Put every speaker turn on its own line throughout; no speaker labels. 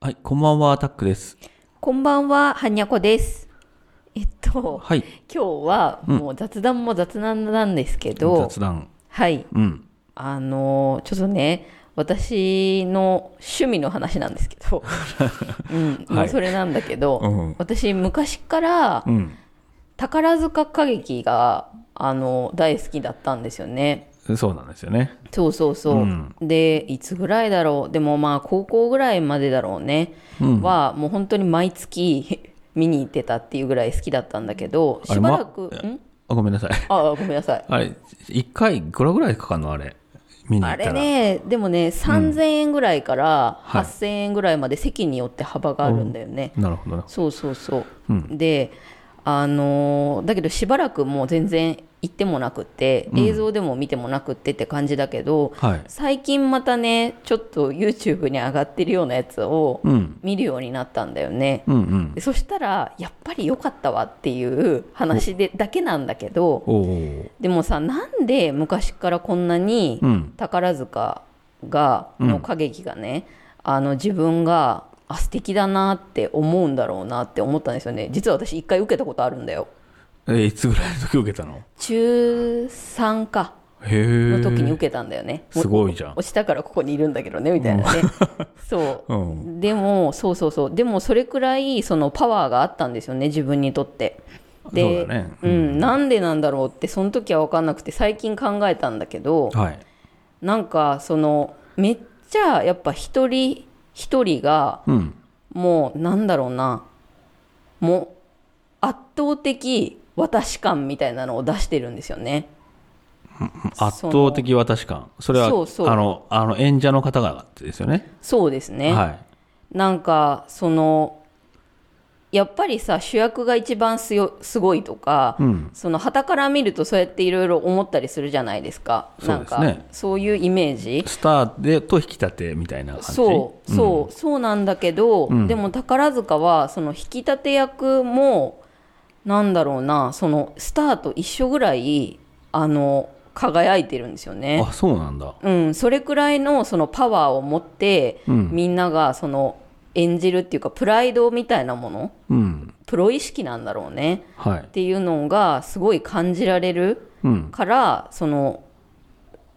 はい、こんばんは、タックです。
こんばんは、はにゃこです。えっと、
はい、
今日はもう雑談も雑談なんですけど、
雑談。
はい、
うん。
あのーちょっとね、私の趣味の話なんですけ ど、うん、ま
は
あ
い
それなんだけど、
うん
私昔から
うん。
宝塚歌劇が、あの大好きだったんですよね。
そうなんですよね。
そうそうそう、
うん
でいつぐらいだろうでもまあ高校ぐらいまでだろうね、
うん
はもう本当に毎月 見に行ってたっていうぐらい好きだったんだけど
あれ
しばらく、
ま
ん
あ、ごめんなさい。
あごめんなさい
あれ、一回、いくらぐらいかかんのあれ。見に行
あ
ったら。
れねでもね3000円ぐらいから
はい
8000円ぐらいまで席によって幅があるんだよね、
なるほどな。
そうそうそう、であのーだけどしばらくもう全然行ってもなくって映像でも見てもなくってって感じだけど、
はい。
最近またねちょっと YouTube に上がってるようなやつを
うん。
見るようになったんだよね、
うんうん。
でそしたらやっぱり良かったわっていう話でだけなんだけど
おお。
でもさなんで昔からこんなに
うん。
宝塚がの歌劇がね、あの自分があ素敵だなって思うんだろうなって思ったんですよね実は私一回受けたことあるんだよ
え、いつぐらいの時受けたの
中3か
へえ。
の時に受けたんだよね、
すごいじゃん。。
落ちたからここにいるんだけどねみたいなね、 そううんでもそうそうそうでもそれくらいそのパワーがあったんですよね自分にとって。で
そうだね
うんなんでなんだろうってその時は分かんなくて最近考えたんだけど
はい。
なんかそのめっちゃやっぱ一人一人が
うん。
もうなんだろうなもう圧倒的私感みたいなのを出してるんですよね。
圧倒的私感。それは、
そうそう
あの、あの、演者の方がですよね。
そうですね、
は
なんかそのやっぱりさ主役が一番すよすごいとか、
い。うん。
その傍から見るとそうやっていろいろ思ったりするじゃないですか
そうですね
なんかそういうイメージ
スターで、と引き立てみたいな感じ。
そうそう、そうなんだけど、
うん
でも宝塚はその引き立て役もなんだろうなそのスターと一緒ぐらいあの輝いてるんですよね
あ、そうなんだ。
うん、それくらいのそのパワーを持って、
うん
みんながその演じるっていうかプライドみたいなもの
うん。
プロ意識なんだろうね
はい
っ。ていうのがすごい感じられる
うん。
からその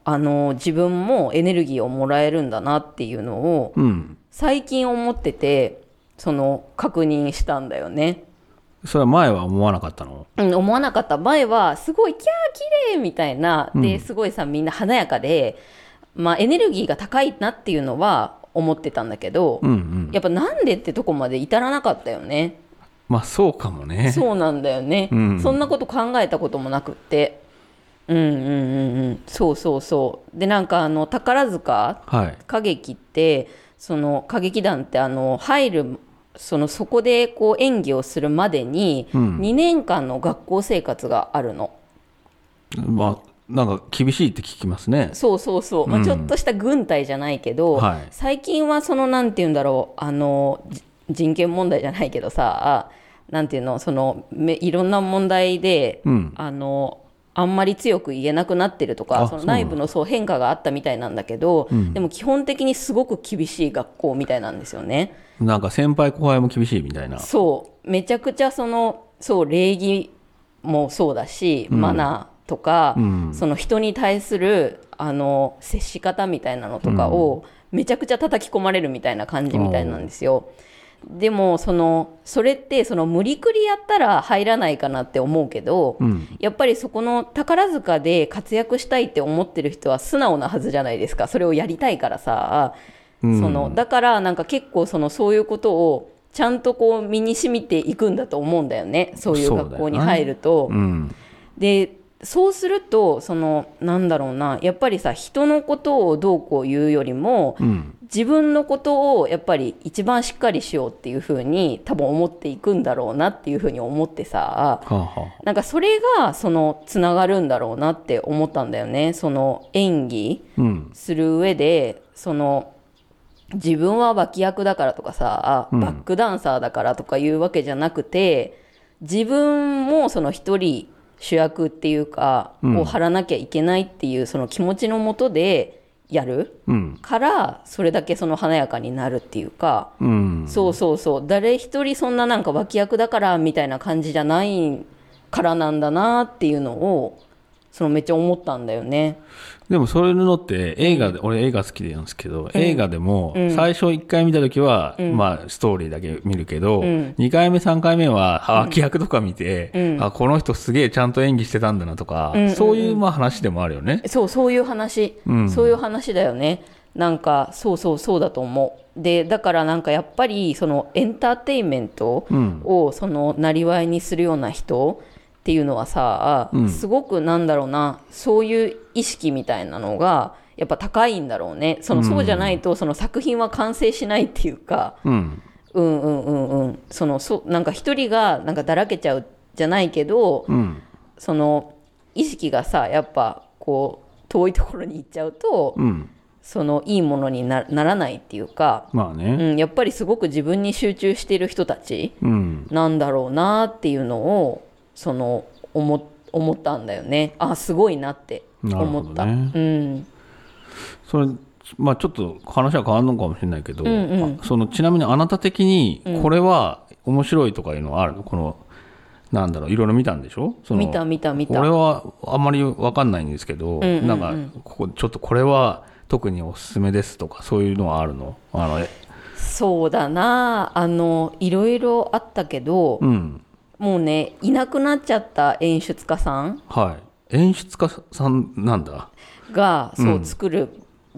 あの自分もエネルギーをもらえるんだなっていうのを
うん。
最近思っててその確認したんだよね。
それは前は思わなかったの
うん、思わなかった前はすごいキャー綺麗みたいなですごいさみんな華やかで、まあ、エネルギーが高いなっていうのは思ってたんだけど、
うんうん。
やっぱなんでってとこまで至らなかったよね
まあそうかもね。
そうなんだよね、
うん
そんなこと考えたこともなくってうんうんうんうんそうそうそうでなんかあの宝塚
はい。
歌劇ってその歌劇団ってあの入るそのそこでこう演技をするまでに
うん
2年間の学校生活があるの、
まあなんか厳しいって聞きますね。
そうそうそう、ま
う
あ、
ん
ちょっとした軍隊じゃないけど、
はい
最近はそのなんて言うんだろうあのじ人権問題じゃないけどさなんていうのそのめいろんな問題で、
うん。
あのあんまり強く言えなくなってると
あ
かその
そうなんだ
内部のそう変化があったみたいなんだけど、でも基本的にすごく厳しい学校みたいなんですよね。
なんか先輩後輩も厳しいみたいな。
そうめちゃくちゃそのそう礼儀もそうだし、マナーとか、
うん
その人に対するあの接し方みたいなのとかを、めちゃくちゃ叩き込まれるみたいな感じみたいなんですよ。でもそのそれってその無理くりやったら入らないかなって思うけど、
うん。
やっぱりそこの宝塚で活躍したいって思ってる人は素直なはずじゃないですかそれをやりたいからさ、
うん
そのだからなんか結構そのそういうことをちゃんとこう身に染みていくんだと思うんだよねそういう学校に入ると。
うん。
でそうするとそのなんだろうなやっぱりさ人のことをどうこう言うよりも
うん。
自分のことをやっぱり一番しっかりしようっていうふうに多分思っていくんだろうなっていうふうに思ってさ
はあ、は
なんかそれがそのつながるんだろうなって思ったんだよねその演技
あ。うん。
する上でその自分は脇役だからとかさ、
うん
バックダンサーだからとかいうわけじゃなくて自分もその一人主役っていうか、
うん
を張らなきゃいけないっていうその気持ちのもとでやる
うん。
からそれだけその華やかになるっていうか、
うん。
そうそうそう誰一人そんななんか脇役だからみたいな感じじゃないからなんだなっていうのをそのめっちゃ思ったんだよね。
でもそういうのって映画で、俺映画好きなんですけど、映画でも最初1回見た時は、まあストーリーだけ見るけど、2回目3回目は脇役とか見て、あこの人すげえちゃんと演技してたんだなとか、そういうまあ話でもあるよね。
そうそういう話、そういう話だよねなんかそうそうそうだと思うでだからなんかやっぱりそのエンターテインメントをそのなりわいにするような人っていうのはさ、すごくなんだろうなそういう意識みたいなのがやっぱ高いんだろうねそのそうじゃないとその作品は完成しないっていうか、
うん。
うんうんうんうんそのそなんか一人がなんかだらけちゃうじゃないけど、
うん。
その意識がさやっぱこう遠いところに行っちゃうと、
うん。
そのいいものになならないっていうか、
まあ
う
ね。
ん、やっぱりすごく自分に集中している人たち
うん。
なんだろうなっていうのをその思思ったんだよねあすごいなって思った、
なるほ
うん、
それ、まあちょっと話は変わんのかもしれないけど、
んう
あそのちなみにあなた的に、これは面白いとかいうのはあるのこの、なんだろう、いろいろ見たんでしょその
見た見た見
俺
た
はあんまり分かんないんですけど、
んうんうん
なんかここちょっとこれは特におすすめですとかそういうのはあるのあのえ
そうだなあのいろいろあったけど、
うん
もうねいなくなっちゃった演出家さん
はい演出家さんなんだ
がそう、作る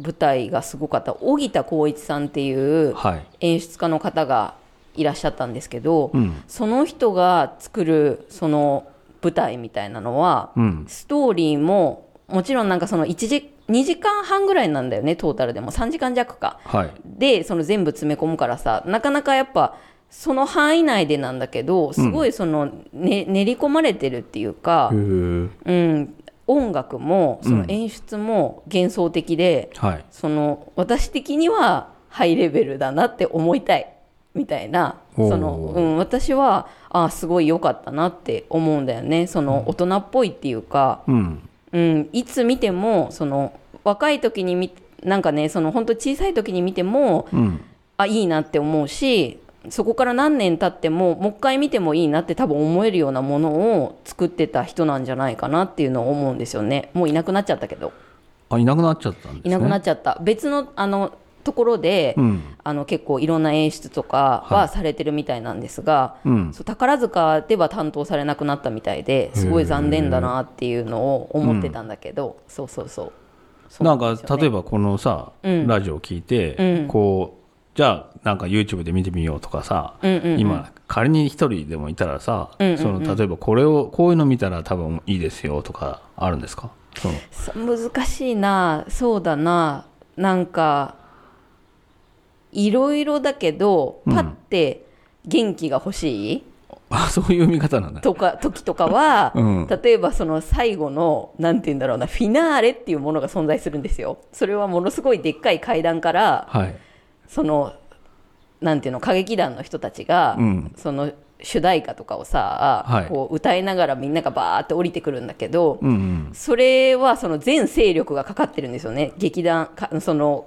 舞台がすごかった荻田浩一さんっていう
はい
演出家の方がいらっしゃったんですけど、
うん
その人が作るその舞台みたいなのは、
うん
ストーリーももちろんなんかその1時2時間半ぐらいなんだよねトータルでも3時間弱か
はい
でその全部詰め込むからさなかなかやっぱその範囲内でなんだけどすごいその、ね練り込まれてるっていうか、
へー
うん、音楽もその演出も幻想的で、
はい
その私的にはハイレベルだなって思いたいみたいな
おー
その、うん、私はあーすごい良かったなって思うんだよねその大人っぽいっていうか、
うん
うん、いつ見てもその若い時に見なんかねその本当小さい時に見ても
うん
あいいなって思うしそこから何年経ってももう一回見てもいいなって多分思えるようなものを作ってた人なんじゃないかなっていうのを思うんですよねもういなくなっちゃったけど
あいなくなっちゃったんです
い
ね
なくな
っ
っちゃった、別のあのところで、
うん
あの結構いろんな演出とか
は
はされてるみたいなんですが、
うん
そう宝塚では担当されなくなったみたいですごい残念だなっていうのを思ってたんだけど、そうそうそうそう
なんか例え
ば
ばこのさ、
うん
ラジオ聞いて、
うん
こうじゃあなんか YouTube で見てみようとかさ、
うんうんうん
今仮に一人でもいたらさ、
うんうんうん
その例えばこれをこういうの見たら多分いいですよとかあるんですかその
難しいなそうだななんかいろいろだけどパッて元気が欲しい、
あ そういう見方なんだ
とか時とかは、
うん
例えばその最後のなんて言うんだろうなフィナーレっていうものが存在するんですよそれはものすごいでっかい階段から
はい
そのなんていうの歌劇団の人たちが、
うん
その主題歌とかをさ、
はい
こう歌いながらみんながバーって降りてくるんだけど、
うんうん
それはその全勢力がかかってるんですよね劇団かその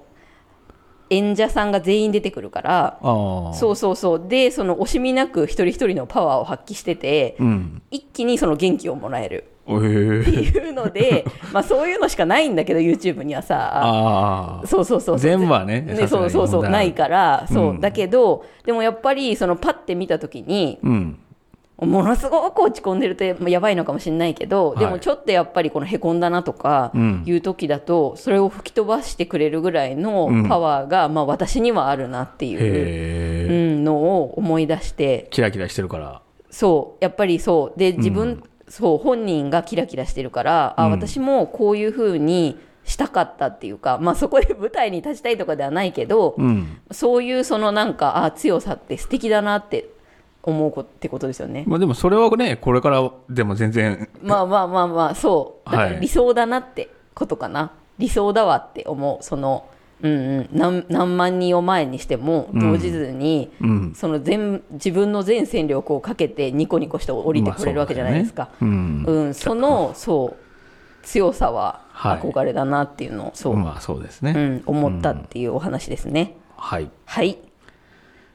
演者さんが全員出てくるから
ああ
そうそうそうでその惜しみなく一人一人のパワーを発揮してて、
うん
一気にその元気をもらえる
へえ
っていうので まあそういうのしかないんだけど YouTube にはさ
ああ
そうそうそう
全部はねさすが
そ
に
うそうそ
問
う
題
ないからそう、
うん
だけどでもやっぱりそのパッて見た時に
うん
ものすごく落ち込んでるとややばいのかもしれないけど、
はい
でもちょっとやっぱりこのへこんだなとか
うん
いう時だと、それを吹き飛ばしてくれるぐらいの
うん
パワーが、まあ私にはあるなっていう、
へ
う
え
ん、のを思い出して
キラキラしてるから
そうやっぱりそうで自分、そう本人がキラキラしてるから、あ私もこういうふうにしたかったっていうか、まあ、そこで舞台に立ちたいとかではないけど、
うん
そういうそのなんかあ強さって素敵だなって思うこってことですよね。
まあでもそれはねこれからでも全然
まあまあまあまあそうだか
は
ら
い
理想だなってことかな、理想だわって思うその、うんうん、何何万人を前にしても動じずに、
うん
その全自分の全戦力をかけてニコニコして降りてくれるわけじゃないですか。
まあそうだよねうん
うん、そのそう強さは
はい
憧れだなっていうのをそう、
まあそうですね、
うん、思ったっていうお話ですね、
はい
はい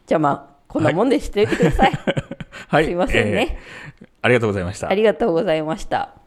じゃあまあこんなもんでしておいてください、
はい
すいませんね
えーありがとうございました
ありがとうございました